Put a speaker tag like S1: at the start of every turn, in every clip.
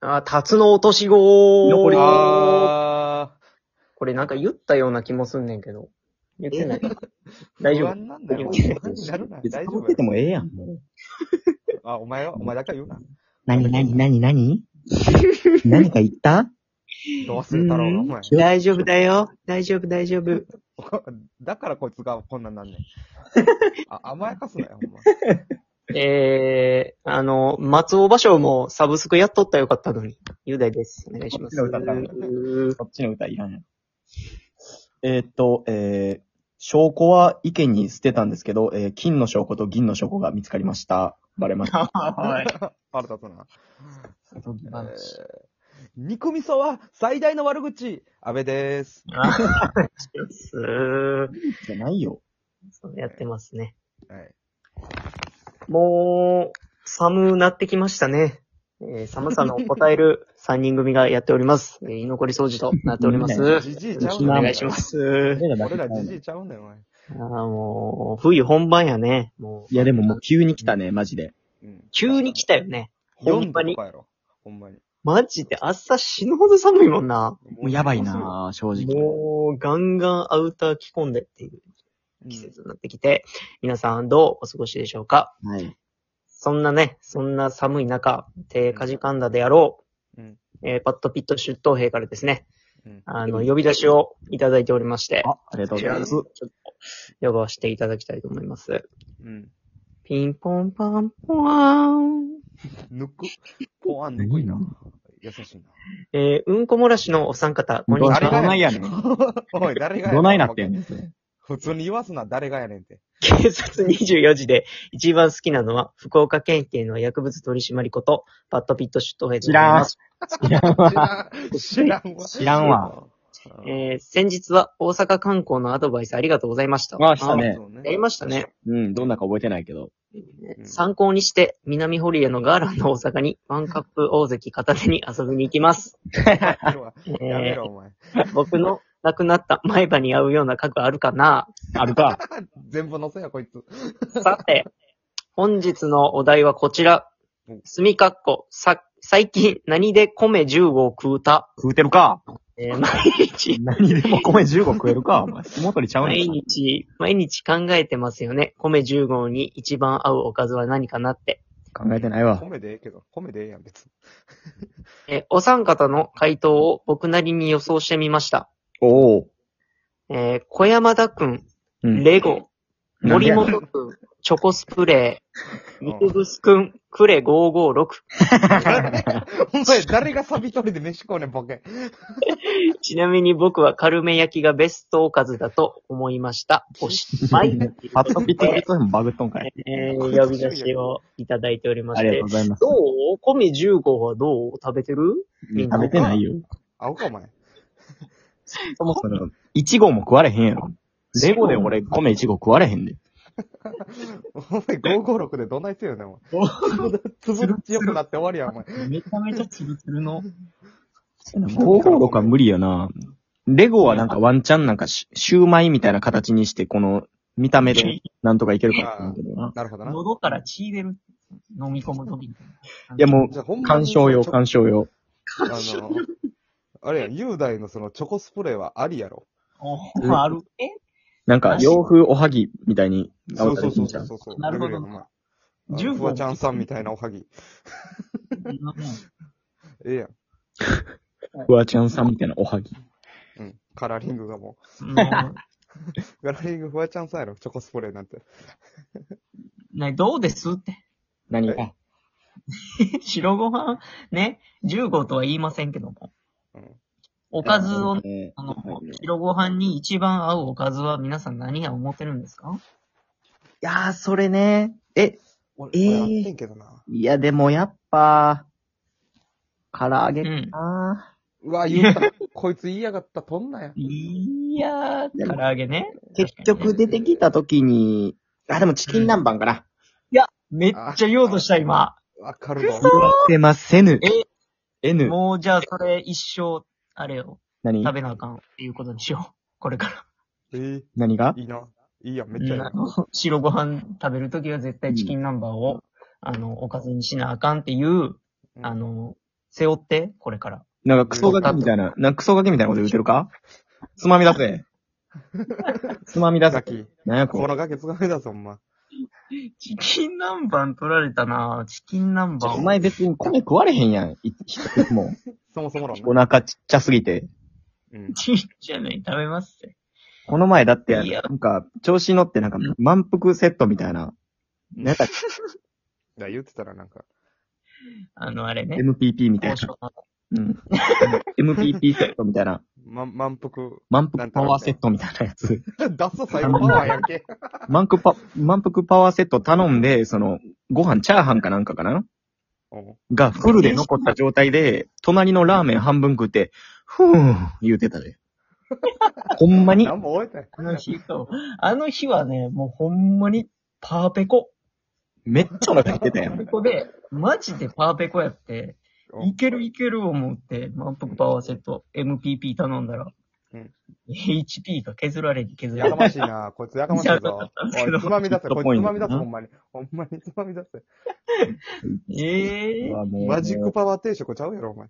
S1: あー、辰の落とし子
S2: 残り
S1: こ
S2: あ
S1: れなんか言ったような気もすんねんけど。言ってない。
S2: ー
S1: 大丈
S2: 不
S1: 夫。
S2: 安なんだよ。
S1: 大丈
S2: 不安になるな。
S3: 別に
S2: 大丈
S3: 被っ
S2: 夫
S3: ててもええやん、もう。
S2: よ。あ、お前は、お前だけは言うな。
S3: 何、何、何、何 何か言った
S2: どうするんだろうな、お前。
S4: 大丈夫だよ。大丈夫、大丈夫。
S2: だからこいつがこんな んなんねん。あ、甘やかすなよ、ほんま。
S1: えー、あの、松尾芭蕉もサブスクやっとったらよかったのに。雄大です。お願いします。
S3: こっちの歌だ
S1: うー
S3: そっちの歌いらんやん。えーっと、えー、証拠は意見に捨てたんですけど、えー、金の証拠と銀の証拠が見つかりました。バレました。
S2: 腹立つな。え
S3: あ
S2: ー、肉味噌は最大の悪口安倍です。
S1: すー
S3: じゃないよ。
S1: そうやってますね。
S2: はい。
S1: もう、寒なってきましたね。えー寒さの答える3人組がやっております。えー居残り掃除となっております。よろ
S2: じじいちゃう
S1: し
S2: ね
S1: くお
S2: ん。
S1: 願いします。
S2: 俺
S3: 俺
S2: らじじ
S3: い
S2: いちゃうねん、お前。
S1: あーもう、冬本番やね。もう、
S3: や、でももう急に来たね、マジで。
S2: うん。
S1: 急に来たよね。ほんまに
S2: 4度とかやろ。ほんまに。
S1: マジで朝死ぬほど寒いもんな。
S3: もうやばいなぁ、正直。
S1: もう、ガンガンアウター着込んでっていう
S2: うん
S1: 季節になってきて、皆さんどうお過ごしでしょうか
S3: はい。
S1: そんなね、そんな寒い中、手かじかんだであろう、
S2: うん
S1: えーパッドピット出頭兵からですね、
S2: うん
S1: あの、呼び出しをいただいておりまして、
S3: あ、ありが
S1: こ
S3: とうご
S1: ち
S3: ざ
S1: ら
S3: いま
S1: に
S3: す
S1: ち。ょっと呼ばせていただきたいと思います。
S2: うん。
S1: ピンポンパンポワーン。
S2: ぬく。ぽわんぬくいな。優しいな。
S1: えーうんこ漏らしのお三方、こんにち
S2: あれ
S3: ど
S2: が
S1: は。
S3: ないやねん。
S2: おい、誰がやね
S3: どないなってんねん、それ。
S2: 普通に言わすな、誰がやねんって。
S1: 警察24時で一番好きなのは、福岡県警の薬物取締りこと、パッドピット出頭兵でございます。
S2: 知らん。知らんわ。
S3: 知らんわ
S2: うん。
S1: えー先日は大阪観光のアドバイスありがとうございました。
S3: あしたね
S2: そう
S1: あやりましたね。
S3: うん、どんなか覚えてないけど。
S2: うん
S1: 参考にして、南堀江のガーランド大阪にワンカップ大関片手に遊びに行きます。
S2: やめろわ
S1: えー
S2: やめろ、お前。
S1: 僕の亡くなった前歯に合うような家具あるかな
S3: あるか。
S2: 全部載せや、こいつ。
S1: さて、本日のお題はこちら
S2: うん。
S1: 墨かっこ、さ、最近何で米10合食うた、
S3: 食うてるか。
S1: えー毎 日、
S3: 何でも米15食えるか、お前。元にちゃうね
S1: 毎
S3: ん。
S1: 日、毎日考えてますよね。米10合に一番合うおかずは何かなって。
S3: 考えてないわ。
S2: 米でええけど、米でええやん、別に。
S1: えー、お三方の回答を僕なりに予想してみました。
S3: おお。
S1: えー小山田くん、
S3: うん
S1: レゴ、
S3: なんで
S1: 森
S3: やね ん
S1: 本くん、チョコスプレー、
S2: うん
S1: 肉ぐすくん、クレ556、
S2: お前、誰がサビ取りで飯食うねん、ボケ。
S1: ちなみに僕は軽め焼きがベストおかずだと思いました。おしまい。
S3: パッとピッとピッとでもバグっとんかい。
S1: えー、呼び出しをいただいておりま
S3: あ
S1: し
S3: り
S1: て
S3: がとう。ございます。
S1: どう米10号はどう食べてる
S3: うん食べてないよ。
S2: 合うか、お前。
S3: そもそも、いちごも食われへんやろ。レゴで俺、米いちご食われへんで。
S2: お前、556でどないせよねん、お前。つぶっちよくなって終わりやん、お前。
S3: めちゃめちゃツルツルの。556は無理よな。レゴはなんかワンチャンなんかし、シューマイみたいな形にして、この、見た目で、なんとかいけるかなと思うけどな。
S2: なるほどな。
S4: 喉から血出る。飲み込むとき。
S3: いやも
S2: じゃあ、ほん
S3: う、
S2: ま
S3: 干
S2: に
S3: 渉用、干渉用。
S2: あの、あれや、雄大のそのチョコスプレーはありやろ。
S4: お
S3: うん
S4: ある。え
S3: なんか、洋風おはぎみたいに、
S2: そ
S3: 青
S2: う
S3: た
S2: そう
S3: りす
S2: そ
S3: る
S2: う
S3: じ
S2: そ
S3: ゃん
S2: うそう。
S4: なるほど
S2: レベルやなお前あ
S4: 15
S2: のフワちゃんさんみたいなおはぎ。ええやん。
S3: フワちゃんさんみたいなおはぎ。
S2: うん。カラーリングがも
S4: も
S2: う。カラーリングフワちゃんさんやろ、チョコスプレーなんて。
S4: うね、どうですって。
S3: 何
S2: え
S3: が
S4: 白ご飯、ね、15とは言いませんけども。
S2: うん
S4: おかずを、
S3: ね
S4: あの、白ご飯に一番合うおかずは皆さん何や思ってるんですか
S3: いやー、それね。え、
S2: 俺、
S3: ええ
S2: 俺やってんけどな。
S3: いや、でもやっぱ、唐揚
S4: う
S3: げ
S4: ん。
S3: な、
S2: うわ、言う た。こいつ言いやがった、とんなや。
S4: いやー、唐揚げね。
S3: 結局出てきた時に、あ、でもチキン南蛮かな。
S4: めっちゃ言おうとした、今。
S2: わかる ぞ。
S3: 言ってませぬ。N。
S4: もうじゃあそれ一生、あれよ、
S3: 何
S4: 食べなあかんっていうことにしよう。これか
S2: ええ
S3: 何が
S2: いいな。いいやん、めっちゃいい
S4: ら
S2: な。。
S4: 白ご飯食べるときは絶対チキン南蛮を、あの、おかずにしなあかんっていう、
S2: うん
S4: あの、
S1: 背負って、これから。
S3: なんかクソガキみたいな、なんかクソガキみたいなこと言うてるかつまみ出せ。 つまみ出
S2: ガ
S3: せ。
S2: キ。
S3: なんや
S2: こ
S3: これ。
S2: のガキ使いだぞ、ほんま。
S1: チキン南蛮取られたなチキン南
S3: お
S1: 蛮。
S3: 前別に米食われへんやん。いいも
S2: そもそも論
S3: う、お腹ちっちゃすぎて。
S2: うん。
S1: ちっちゃいのに食べますぜ。
S3: この前だって、
S1: いや
S3: なんか、調子乗ってなんか、満腹セットみたいな。なんや ったっ
S2: だ言ってたらなんか、
S1: あの、あれ
S3: け
S1: ね。
S3: MPP みたい
S1: 交
S3: な。
S1: 渉の
S3: うん。MPP セットみたいな。
S2: ま、満腹。
S3: 満腹パワーセットみたいなやつ。
S2: ダッサ最後パワーやん け。
S3: 満腹パ、満腹パワーセット頼んで、その、ご飯、チャーハンかなんかかな
S2: うん
S3: がフルで残った状態で、隣のラーメン半分食って、ふーん、言うてたで。ほんまに、
S2: なんも覚えて
S1: あ
S2: な
S1: の
S2: い。
S1: 日と、あの日はね、もうほんまにパーペコ。
S3: めっちゃお腹減ってたや
S1: パー
S3: ん。
S1: ペコで、マジでパーペコやって、
S2: うん
S1: いけるいける思って、満腹パワーセット、MPP 頼んだら、
S2: うん
S1: HP が削られに削ら
S2: や
S1: れ に。
S2: かましいな。こいつやかましいぞ。おい、つまみ出せ。こいつつまみ出せ、ほんまに。ほんまにつまみ出せ。
S1: ええ
S3: うわもう
S2: マジックパワー定食ちゃうやろ、お前。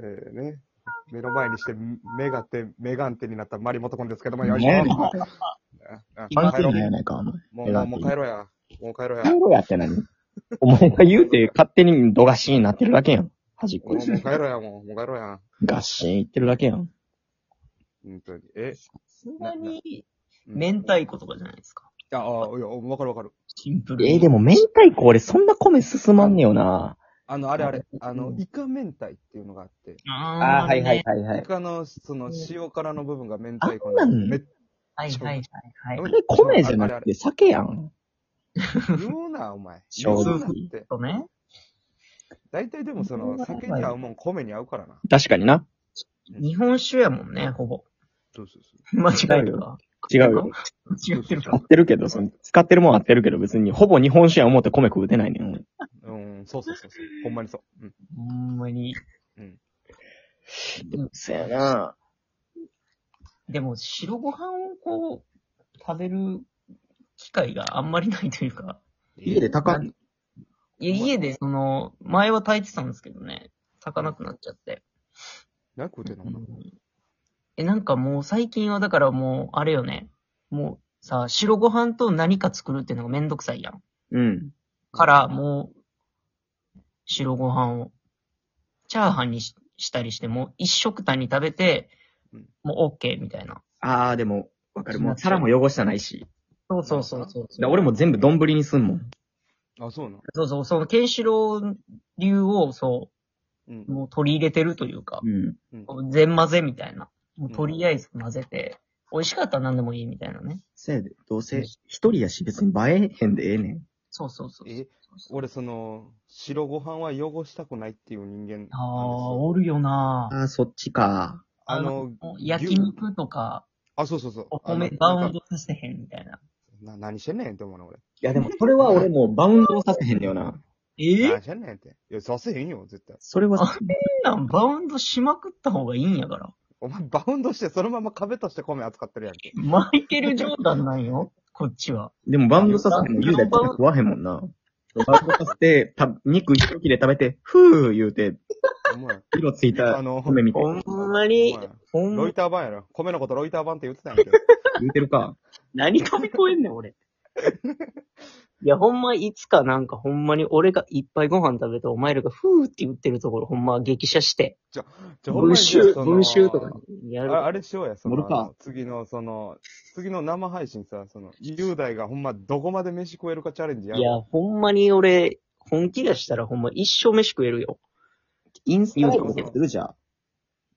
S2: ええね。目の前にして、メガテ、メガンテになったマリモトコンですけども、よいしょ。
S3: ねえ
S2: あ
S3: 関
S2: あ帰
S3: 係
S2: ろう
S3: ないやないか、お前。
S2: もう、もうもう帰ろうや。もう帰ろう や。
S3: 何
S2: も
S3: をやって何お前が言うて勝手にドガシーンなってるだけやん。端っ
S2: う
S3: こ
S2: もう
S3: に
S2: 帰。ろうや、もう。もう帰ろうや。
S3: ガッシーン言ってるだけやん。
S2: 本当に。え
S1: さすがに、
S2: うん
S1: 明太子とかじゃないですか。
S2: ああ、いや、わかるわかる。
S1: シンプルに。
S3: えーでも明太子俺そんな米進まんねよな。
S2: あの、あれあれ、あ
S3: う
S2: の、
S3: ん
S2: イカ明太っていうのがあって、
S1: あー、ね。
S3: はいは
S2: イ。カの、その、塩辛の部分が明太子
S3: あんなん
S2: にめっ
S1: はいはいはい
S3: あ
S1: はい。
S3: れ米じゃなくて酒やん。
S2: 言うな、お前。
S3: しょ
S1: うがない
S2: 言
S1: う
S2: なって。
S1: とね。
S2: 大体でもその、酒に合うもん、米に合うからな。
S3: 確かにな。
S1: 日本酒やもんね、ほぼ。
S2: そうそうそ
S1: 間違えてた。
S3: 違うよ。
S1: 違ってる
S3: 合
S1: か。
S3: ってるけど、その使ってるもん合ってるけど、別にほぼ日本酒や思って米食うてないねん。俺
S2: う。うん、そうそうそうそう。ほんまにそう。うん。
S1: ほんまに。
S3: そやな
S1: でも、白ご飯をこう、食べる機会があんまりないというか、
S3: 家で高っ
S1: なんいや家でその、前は炊いてたんですけどね、炊かなくなっちゃって。
S2: 何食うてんのかな
S1: え、なんかもう最近はだからもう、あれよね、もうさ、白ご飯と何か作るっていうのがめんどくさいやん。
S3: うん。
S1: から、もう、白ご飯を、チャーハンにししたりして、もう一食単に食べて
S2: うん、
S1: もう OK みたいな。
S3: あー、でも、わかる。もう皿も汚したないし。
S1: そうそうそうそう
S3: だから俺も全部丼にすんもん。
S2: あ、そうなの
S1: そうそう、その、ケンシロウ流を、そ
S2: うん
S1: う、。もう取り入れてるというか、
S3: うん。
S1: 全混ぜみたいな。もうとりあえず混ぜて、美味しかったら何でもいいみたいなね。
S3: せやで、どうせ、一人やし別に映えへんでええねん。
S1: そうそうそう。
S2: え、俺その、白ご飯は汚したくないっていう人間なんですよ。
S1: ああ、おるよな
S3: あー、そっちか。
S2: あの、
S1: 焼肉とか、
S2: あ、そうそうそう。
S1: お
S2: あの
S1: 米、バウンドさせへんみたいな。
S2: な何してんねんって思うの俺。
S3: いやでも、それは俺もうバウンドをさせへんだよな。
S1: え
S2: 何してんねんって。いや、させへんよ、絶対。
S3: それは、
S1: なんバウンドしまくった方がいいんやから。
S2: お前、バウンドして、そのまま壁として米扱ってるやんけ。
S1: マイケル・ジョーダンなんよ、こっちは。
S3: でもバウンドさせても言うだけ食わへんもんな。バウンドさせて、た肉一切れ食べて、ふー言うて、
S2: お前、
S3: 色つい
S2: あ
S3: た
S2: の、
S3: 米みたい
S5: ほ
S3: なん
S5: ま
S2: お
S5: に
S2: 前、
S5: ほん
S2: ロ
S5: ま
S2: イ、ター版やろ。米のことロイター版って言ってたやんけ。
S3: 言うてるか。
S5: 何飛び越えんねん、俺。いや、ほんま、いつかなんか、ほんまに、俺がいっぱいご飯食べて、お前らがふーって言ってるところ、ほんま、激写して、
S2: じゃあほんま
S5: 文
S2: に
S5: 集、
S2: その
S5: 文集とかにやる。
S2: ああれしようや、そ
S3: 乗
S2: の
S3: るか、
S2: あの次の、その、次の生配信さ、その、雄大がほんまどこまで飯食えるかチャレンジや
S5: い
S2: る。
S5: や、ほんまに俺、本気出したらほんま一生飯食えるよ。
S3: インス
S5: タと
S3: タと
S5: か
S3: か
S2: も
S3: するじゃん。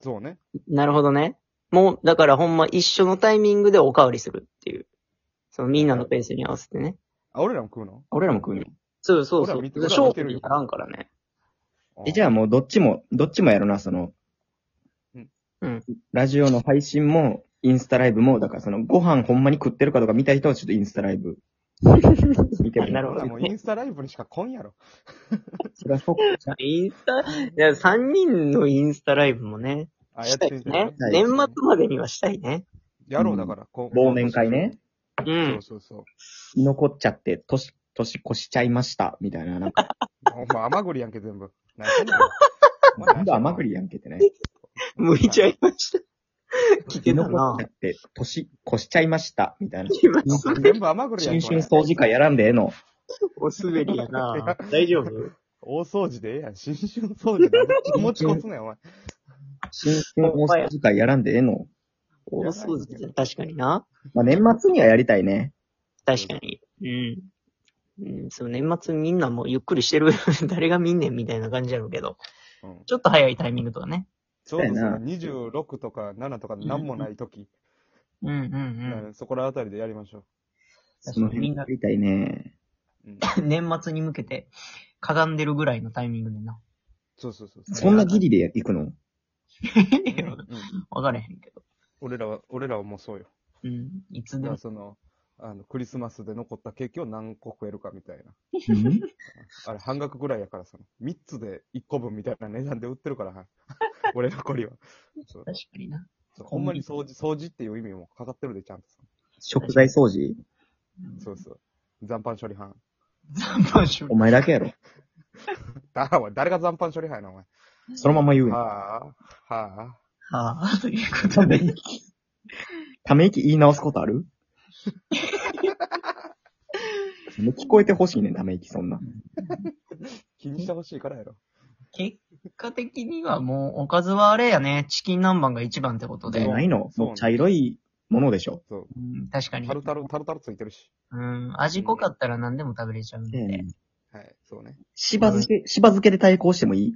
S2: そうね。
S5: なるほどね。もう、だからほんま一緒のタイミングでおかわりするっていう。そのみんなのペースに合わせてね。
S2: あ、俺らも食うの
S3: 俺らも食うよ。
S5: そうそうそ
S2: ほ
S5: う
S2: ら見。て
S5: 勝
S2: 見
S5: 負
S2: てる
S5: に
S2: よ
S5: ならんからね。
S3: え、じゃあもうどっちも、どっちもやるな、その
S2: うん、
S5: うん。
S3: ラジオの配信も、インスタライブも、だからその、ご飯ほんまに食ってるかとか見たい人はちょっとインスタライ ブ。見ても
S5: なる
S2: ほ
S5: ほ
S2: ら
S5: ど
S2: もうインスタライブにしか来んやろ。
S3: それはそう
S5: インスタ、いや、3人のインスタライブもね、
S2: あ、や
S5: し
S2: ったて
S5: い
S2: みて
S5: ね。
S3: はい
S5: 年末までにはしたいね。
S2: やろう、だから。こう
S3: 忘年会。ね。
S5: う。
S2: そうんそうそう。
S3: 居残っちゃって、年、年越しちゃいました、みたいな、なんか、
S2: お前、甘栗やんけ、全部。何してんのお前
S3: 全部甘栗やんけってね。
S1: 向いちゃいま した。聞け
S3: 生
S1: たな
S3: 残っちゃって、年、越しちゃいました、みたいな。
S1: 今、
S2: 全部甘栗やん
S3: 新
S2: け。
S3: 春掃除会やらんでええの。
S1: お滑りやな。大丈夫
S2: 大掃除でええやん。新春掃除で。気持ちこすねん、お前。
S3: 新春大掃除会やらんでええの。
S1: 大掃除じゃ確かにな。
S3: まあ、年末にはやりたいね。
S1: 確かに。うん。うん、そう、年末みんなもうゆっくりしてる。 誰が見んねんみたいな感じやろうけど。
S2: うん
S4: ちょっと早いタイミングとかね。
S2: ちょうどそ
S3: そうや
S2: の
S3: な
S2: 26とか7とかなんもない時、
S4: うんうん
S2: うんそこらあたりでやりましょ
S3: その辺になりたいね。
S2: う。うん
S4: うん。年末に向けて、かがんでるぐらいのタイミングでな。
S2: そうそうそう。
S3: そんなギリで行くの
S2: うん
S4: わからへんけど。
S2: 俺らは、俺らはもうそうよ。
S4: うん。いつ
S2: だ
S4: で
S2: か
S4: も
S2: ら。その、あの、クリスマスで残ったケーキを何個食えるかみたいな。
S3: うん
S2: あれ、半額ぐらいやからさ、3つで1個分みたいな値段で売ってるから、はい 俺のこりは。そう
S4: 確かにな。
S2: そうほんまに掃除、掃除っていう意味もかかってるで、ちゃんとさ。
S3: 食材掃除
S2: そうそう。残飯処理班。
S4: 残飯処
S3: お
S4: 理。
S3: 前だけやろ。
S2: だ、お前誰が残飯処理班やな、お前。
S3: そのまま言うの。
S2: はあ、はあ。
S4: はあ、ということで。
S3: ため息言い直すことあ るもう聞こえてほしいねん、ため息、そんな。
S2: 気にしてほしいからやろ。
S4: 結果的にはもう、おかずはあれやね、チキン南蛮が一番ってことで。
S3: ないの
S2: そう
S3: もう茶色いものでしょ。
S2: そう。
S4: うん、確かに
S2: タ。ルタル、タルタルついてるし。
S4: うん、味濃かったら何でも食べれちゃうんで。
S2: はい、そうね。
S3: しば漬け、しば漬けで対抗してもいい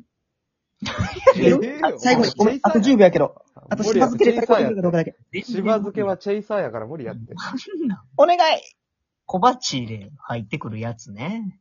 S2: ええよ
S3: あ最後に、ごめん、あと10秒やけど。あとしば漬けで対抗してくれるかどうかだけ。
S2: しば漬けはチェ イサーやから無理やって。
S4: なんなん
S3: お願い
S4: 小鉢で入ってくるやつね。